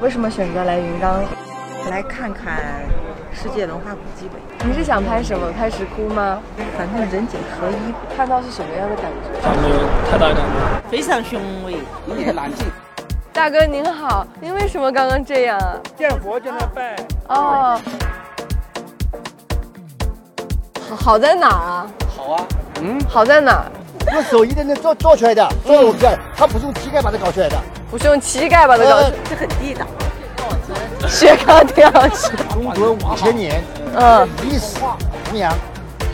为什么选择来云冈？来看看世界文化古迹呗，你是想拍什么？拍石窟吗？反正人景合一。看到是什么样的感觉？还没有太大感觉。非常雄伟，有点难进。大哥您好，您为什么刚刚这样啊？见佛就那拜，哦，好好在哪儿啊？好啊。嗯，好在哪儿？用手一点点做做出来的，做的我们这儿，它不是用膝盖把它搞出来的。不是用膝盖把它搞 呃出，，这很地道。雪糕挺好吃。 中国五千年嗯，历史弘扬，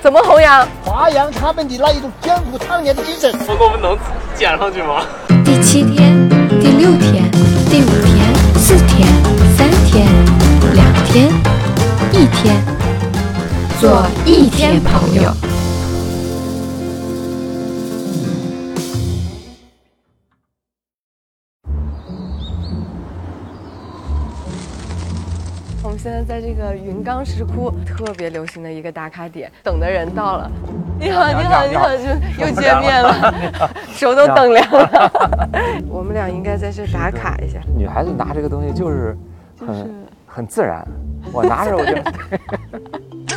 怎么弘扬？华阳他们的那一种艰苦抗年的精神。不过我们能捡上去吗？第七天、第六天、第五天、四天、三天、两天、一天，做一天朋友。我们现在在这个云冈石窟特别流行的一个打卡点，等的人到了。你好，你好，你好，就又见面了， 手都等凉 了。我们俩应该在这打卡一下。女孩子拿这个东西就是很、很自然，我拿着我 就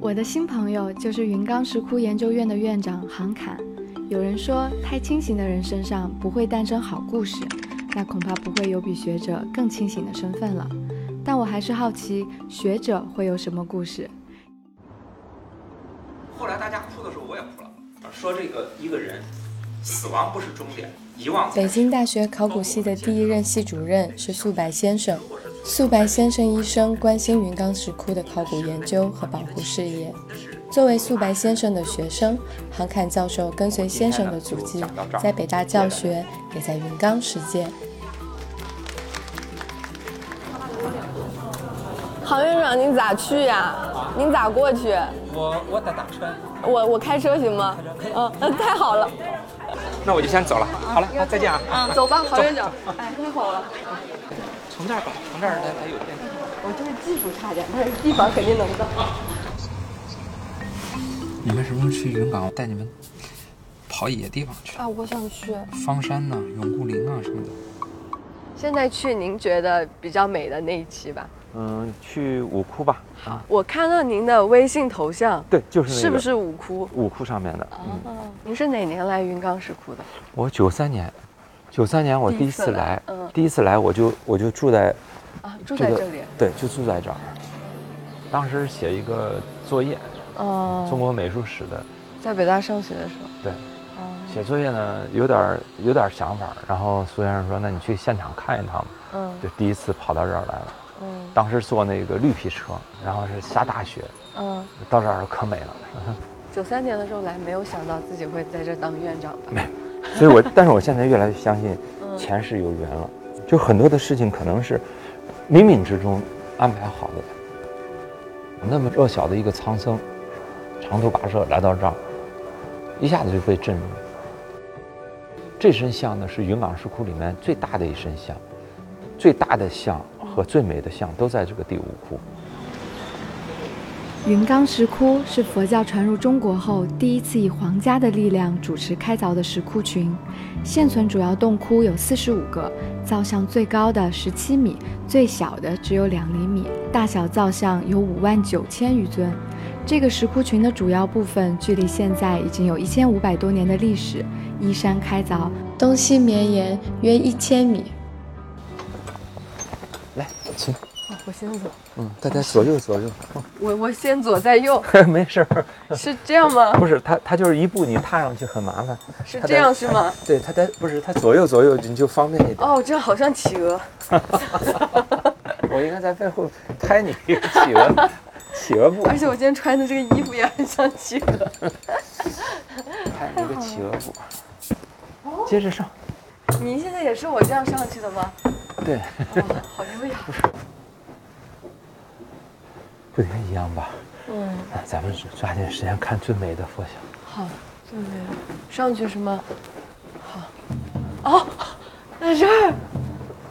我的新朋友就是云冈石窟研究院的院长杭侃。有人说，太清醒的人身上不会诞生好故事，那恐怕不会有比学者更清醒的身份了。但我还是好奇，学者会有什么故事？后来大家哭的时候，我也哭了，呃说这个一个人死亡不是终点，遗忘才北是京大学考古系的第一任系主任是素白先生。素白先生一生关心云冈石窟的考古研究和保护事业。作为素白先生的学生，杭侃教授跟随先生的足迹，在北大教学，也在云冈实践。杭院长，您咋去呀、您咋过去？我我在打车，我我开车行吗？嗯，那太好了。那我就先走了。好了，那再见啊！嗯，走吧，杭院长。哎，太好了。从这儿吧，从这儿来来有电梯。我就是技术差点，但是地方肯定能到。你们什么时候去云冈？我带你们跑野地方去，啊，我想去。方山呐、永固林啊什么的。现在去您觉得比较美的那一期吧。嗯，去武窟吧。啊，我看到您的微信头像，对，就是那个。是不是武窟？武窟上面的？嗯，您是哪年来云冈石窟的？我九三年，九三年我第一第一次次来来，嗯第一次来我就我就住在啊，住在个这里。对，就住在这儿。当时写一个作业，中哦，国美术史的，在北大上学的时候。啊对，写作业呢有点儿有点儿想法儿，然后苏先生说：“那你去现场看一趟吧。”嗯就第一次跑到这儿来了。嗯当时坐那个绿皮车，然后是下大雪，嗯。到这儿可美了。九三年的时候来，没有想到自己会在这当院长吧？所以我，但是我现在越来越相信嗯前世有缘了，就很多的事情可能是冥冥之中安排好的。那么弱小的一个苍生，长途跋涉来到这儿，一下子就被震住了。这身像呢是云冈石窟里面最大的一身像，最大的像和最美的像都在这个第五窟。云冈石窟是佛教传入中国后第一次以皇家的力量主持开凿的石窟群，现存主要洞窟有四十五个，造像最高的十七米，最小的只有两厘米，大小造像有五万九千余尊。这个石窟群的主要部分距离现在已经有一千五百多年的历史，依山开凿，东西绵延约一千米，来，请，我先左，嗯，大家左右左右，我我先左再右， 没事儿，是这样吗？不是他，他就是一步你踏上去很麻烦，是他这在样是吗？对，它它不是它左右左右你就方便一点。哦，这好像企鹅。我应该在背后拍你一个企鹅企鹅步，而且我今天穿的这个衣服也很像企鹅。拍你一个企鹅步。接着上，您现在也是我这样上去的吗？对，哦、好优雅。不太一样吧？嗯，那咱们抓紧时间看最美的佛像。好，对对，上去是吗？好。哦，在这儿，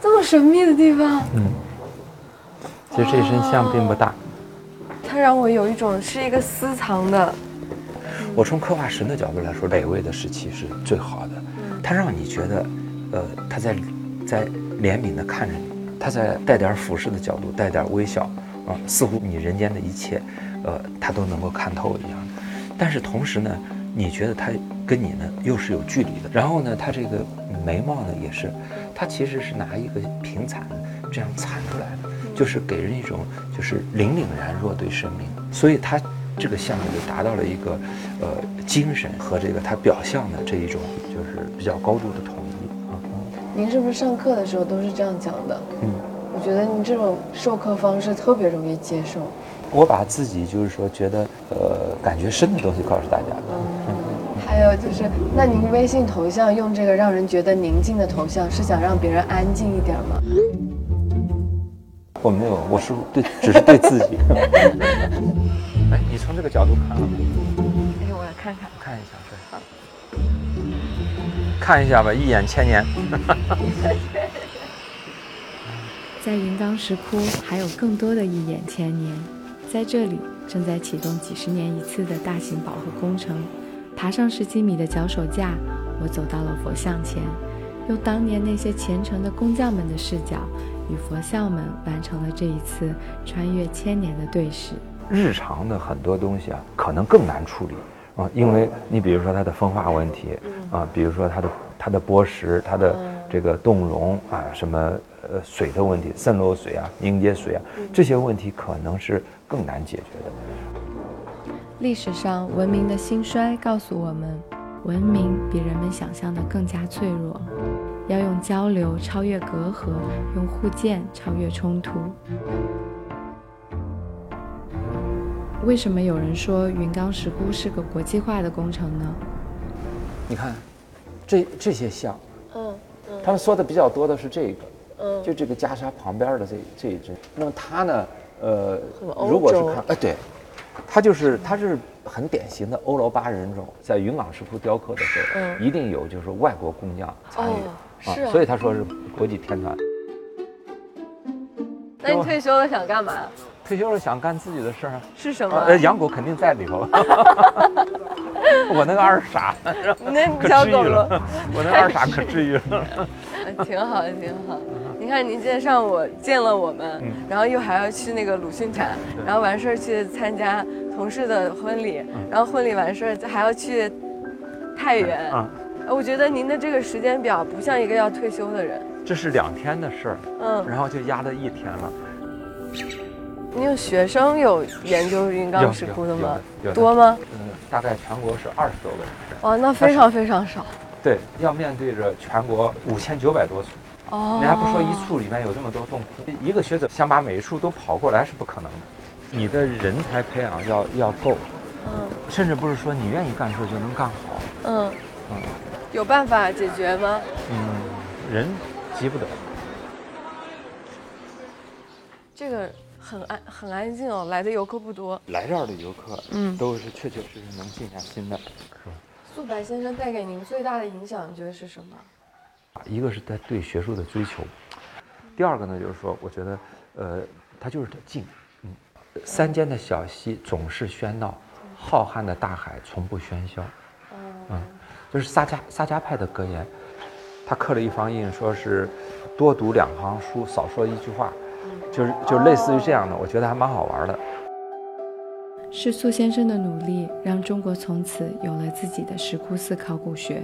这么神秘的地方，嗯，其实这身像并不大，它让我有一种是一个私藏的。嗯我从刻画神的角度来说，北魏的时期是最好的，它让你觉得，呃，它在在怜悯地看着你，他在带点俯视的角度，带点微笑，啊、似乎你人间的一切，呃，他都能够看透一样。但是同时呢，你觉得他跟你呢又是有距离的。然后呢，他这个眉毛呢也是，他其实是拿一个平铲这样铲出来的，就是给人一种就是凛凛然若对生命。所以他这个项目就达到了一个呃精神和这个他表象的这一种就是比较高度的统一啊。您是不是上课的时候都是这样讲的？嗯，我觉得您这种授课方式特别容易接受。我把自己就是说觉得呃感觉深的东西告诉大家。嗯还有就是，那您微信头像用这个让人觉得宁静的头像，是想让别人安静一点吗？我没有，我是对，只是对自己。 哎，你从这个角度看啊，哎，我来看看。看一下，对，看一下吧，一眼千年。在云冈石窟还有更多的一眼千年，在这里正在启动几十年一次的大型保护工程。爬上十几米的脚手架，我走到了佛像前，用当年那些虔诚的工匠们的视角与佛像们完成了这一次穿越千年的对视。日常的很多东西啊，可能更难处理啊，因为你比如说它的风化问题啊，比如说它的它的剥蚀、它的这个冻融啊，什么呃水的问题、渗漏水啊、凝结水啊，这些问题可能是更难解决的。历史上文明的兴衰告诉我们，文明比人们想象的更加脆弱，要用交流超越隔阂，用互鉴超越冲突。为什么有人说云冈石窟是个国际化的工程呢？你看，这这些像，嗯嗯他们说的比较多的是这个，嗯就这个袈裟旁边的这这一只。那么它呢，呃很欧，洲如果是看，哎，对，它就是它是很典型的欧罗巴人种，在云冈石窟雕刻的时候，嗯一定有就是外国工匠参与哦，是啊所以他说是国际天团。那你退休了想干嘛？退休了想干自己的事儿啊，是什么？哎呃，养狗肯定在里 头。我那个二傻，你那可小治愈狗狗了，我那个二傻可治愈了。呃挺好的，挺好的。你看，您今天上午见了我们，嗯然后又还要去那个鲁迅展，对然后完事儿去参加同事的婚礼，嗯然后婚礼完事儿还要去太原。啊，呃我觉得您的这个时间表不像一个要退休的人。这是两天的事儿，嗯，然后就压到一天了。您有学生有研究云冈有石有窟的有吗的有？的多吗？嗯，大概全国是二十多个人。哇，那非常非常少。对，要面对着全国五千九百多处，哦，人家不说一处里面有这么多洞窟，一个学者想把每一处都跑过来是不可能的。你的人才培养要要够，嗯甚至不是说你愿意干事儿就能干好。嗯，有办法解决吗？嗯，人急不得。这个很安很安静哦，来的游客不多。来这儿的游客，嗯都是确确实实能静下心的，是吧？素白先生带给您最大的影响，你觉得是什么？一个是他对学术的追求，第二个呢，就是说，我觉得，呃，它就是它静，嗯，山间的小溪总是喧闹，浩瀚的大海从不喧嚣，嗯，就是萨迦萨迦派的格言，他刻了一方印，说是多读两行书，少说一句话，就是就类似于这样的，我觉得还蛮好玩的。是苏先生的努力，让中国从此有了自己的石窟寺考古学。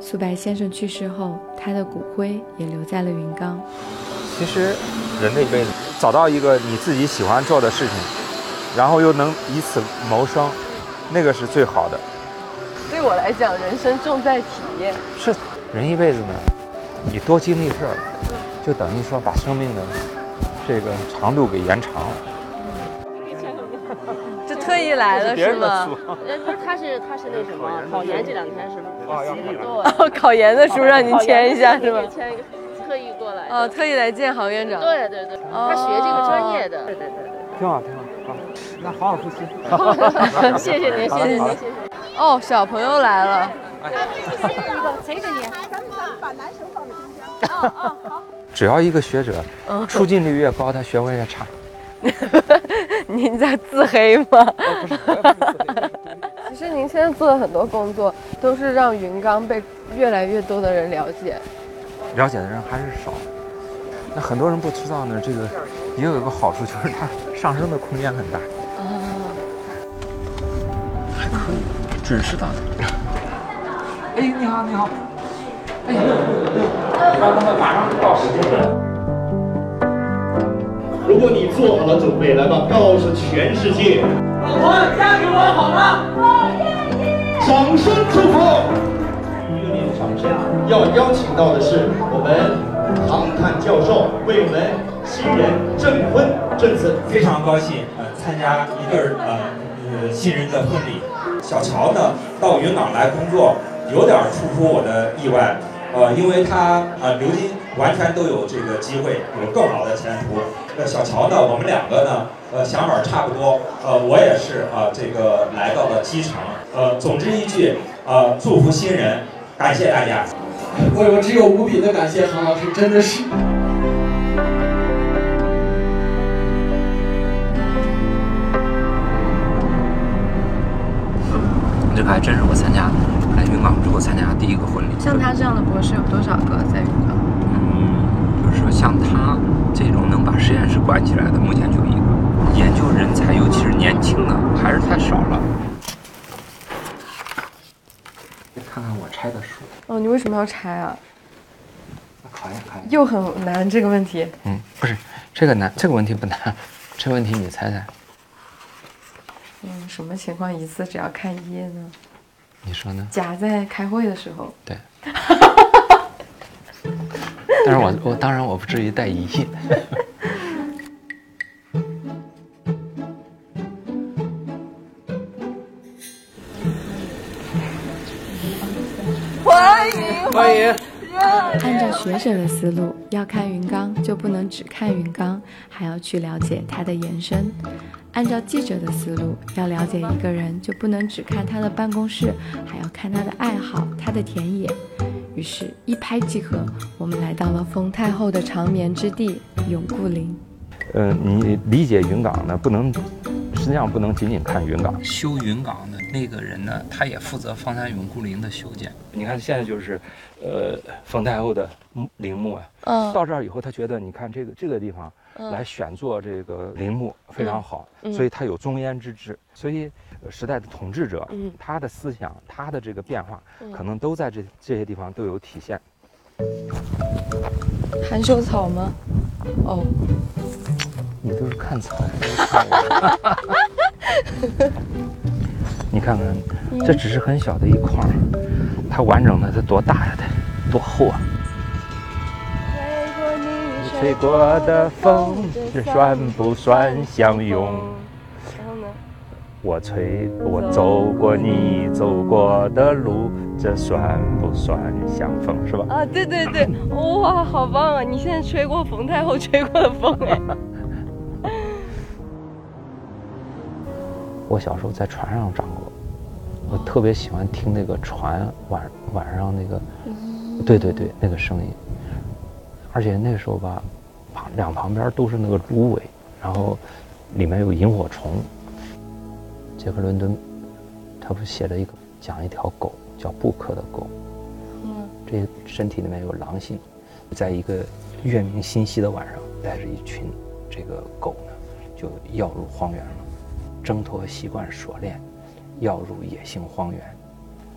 苏白先生去世后，他的骨灰也留在了云冈。其实，人这一辈子找到一个你自己喜欢做的事情，然后又能以此谋生，那个是最好的。对我来讲，人生重在体验。是，人一辈子呢，你多经历事儿，就等于说把生命的这个长度给延长了。这特意来的是吗？呃，不是，他是他是那什么，考研这两天是不是写作文？哦，考研的书让您签一下是吗对？签一个，特意过来。哦，特意来见杭院长。哦对对对，他学这个专业的。对对挺好，挺好，好，那好好夫妻。对对。谢谢您，谢谢您，谢谢您。哦，小朋友来了。 谁给你？咱们咱们把男生放在中间。啊啊，好。只要一个学者嗯出镜率越高，他学问越差。您在自黑吗？其实您现在做的很多工作，都是让云冈被越来越多的人了解。了解的人还是少。那很多人不知道呢，这个也有一个好处，就是它上升的空间很大。还可以，准时到达。哎，你好，你好。哎，你看他们马上就到时间了。如果你做好了准备，来吧，告诉全世界，老婆，嫁给我好吗？掌声祝福。要邀请到的是我们唐坦教授为我们新人证婚证词。非常高兴呃参加一对儿呃呃新人的婚礼。小乔呢到云港来工作，有点儿出乎我的意外，呃，因为他呃刘金完全都有这个机会，有更好的前途。呃，小乔呢，我们两个呢，呃，想法儿差不多，呃，我也是啊、呃这个来到了机场，呃，总之一句，呃，祝福新人，感谢大家。我有只有无比的感谢韩老师，真的是。这个还真是我参加来云港之后参加第一个婚礼。像他这样的博士有多少个在云港？嗯就是说像他这种能把实验室管起来的，目前就一个。研究人才，尤其是年轻的，还是太少了。看看我拆的书，哦，你为什么要拆啊？考验考验。又很难这个问题。嗯，不是这个难，这个问题不难，这个问题你猜猜，嗯，什么情况一次只要看一页呢？你说呢？甲在开会的时候， 对。但是我我当然我不至于带一页。欢迎欢迎，按照学者的思路，要看云冈就不能只看云冈，还要去了解它的延伸；按照记者的思路，要了解一个人就不能只看他的办公室，还要看他的爱好、他的田野。于是，一拍即合，我们来到了冯太后的长眠之地永固林。呃，你理解云港呢，不能实际上不能仅仅看云港，修云港的那个人呢，他也负责方山永固林的修建。你看现在就是，呃，冯太后的墓陵墓啊，嗯到这儿以后，他觉得你看这个这个地方嗯来选做这个陵墓非常好，嗯嗯所以他有中焉之志，所以呃时代的统治者，嗯他的思想，他的这个变化，嗯可能都在这这些地方都有体现。含羞草吗？哦，你都是看草， 不是看我你看看，这只是很小的一块儿，它完整的它多大呀？它多厚啊？吹过的风，这算不算相拥？然后呢？我吹，我走过你走过的路，这算不算相逢？是吧？啊，对对对，哇，好棒啊！你现在吹过冯太后吹过的风哎。我小时候在船上长过，我特别喜欢听那个船晚晚上那个，对对对，那个声音，而且那时候吧，旁两旁边都是那个芦苇，然后里面有萤火虫。杰克伦敦，他不写了一个讲一条狗叫布克的狗，这身体里面有狼性，在一个月明星稀的晚上，带着一群这个狗呢，就要入荒原了，挣脱习惯锁链，要入野性荒原。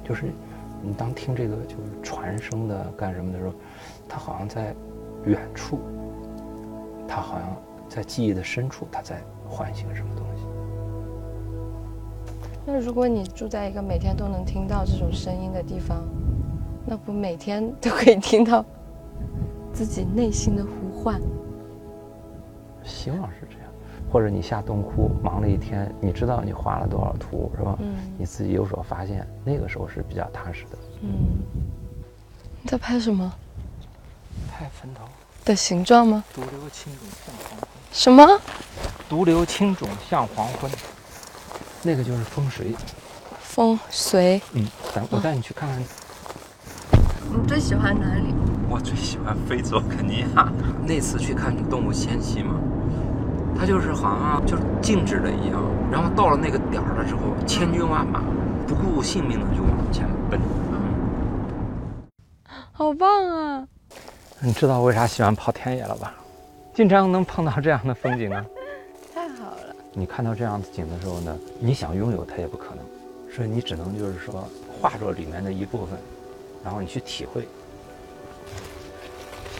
就是你当听这个就是船声的干什么的时候，它好像在远处，它好像在记忆的深处，它在唤醒什么东西。那如果你住在一个每天都能听到这种声音的地方，那不每天都可以听到自己内心的呼唤？希望是这样。或者你下洞窟忙了一天，你知道你画了多少图是吧？嗯你自己有所发现，那个时候是比较踏实的。嗯，你在拍什么？拍坟头。的形状吗？独留青冢向黄昏。什么？独留青冢向黄昏，那个就是风水。风随？嗯，咱我带你去看看。你最喜欢哪里？我最喜欢非洲肯尼亚，那次去看《动物迁徙》嘛，它就是好像啊就是静止了一样，然后到了那个点儿的时候，千军万马不顾性命的就往前奔。好棒啊！你知道为啥喜欢跑田野了吧？经常能碰到这样的风景啊！ 太好了，你看到这样的景的时候呢，你想拥有它也不可能，所以你只能就是说化作里面的一部分，然后你去体会。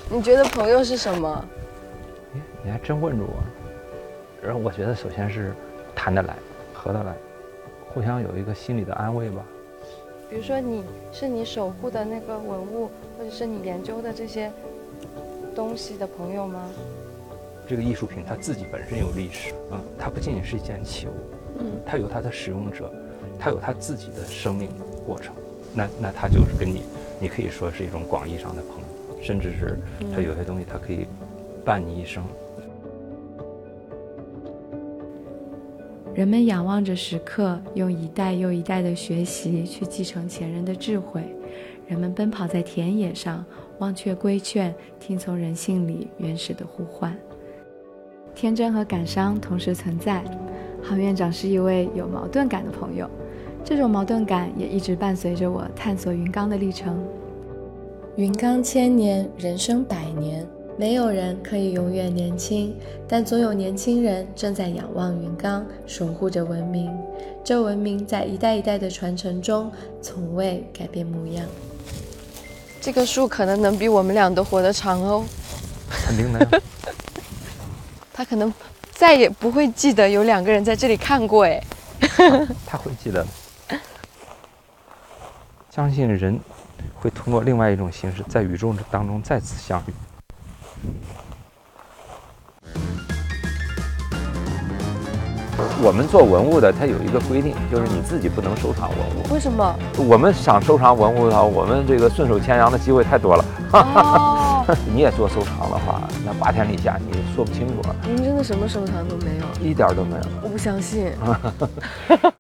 你觉得朋友是什么？哎你还真问住我。然后我觉得，首先是谈得来，合得来，互相有一个心理的安慰吧。比如说你是你守护的那个文物，或者是你研究的这些东西的朋友吗？这个艺术品它自己本身有历史啊、嗯，它不仅仅是一件器物，嗯，它有它的使用者，它有它自己的生命过程。那那它就是跟你，你可以说是一种广义上的朋友，甚至是它有些东西它可以伴你一生。人们仰望着时刻用一代又一代的学习去继承前人的智慧，人们奔跑在田野上，忘却规劝，听从人性里原始的呼唤。天真和感伤同时存在。杭院长是一位有矛盾感的朋友，这种矛盾感也一直伴随着我探索云冈的历程。云冈千年，人生百年。没有人可以永远年轻，但总有年轻人正在仰望云冈，守护着文明。这文明在一代一代的传承中，从未改变模样。这棵树可能能比我们俩都活得长哦。肯定的。他可能再也不会记得有两个人在这里看过哎。他会记得的。相信人会通过另外一种形式，在宇宙当中再次相遇。我们做文物的，它有一个规定，就是你自己不能收藏文物。为什么？我们想收藏文物的话，我们这个顺手牵羊的机会太多了。哦、 你也做收藏的话，那八天例假你说不清楚了。您真的什么收藏都没有？一点都没有。我不相信。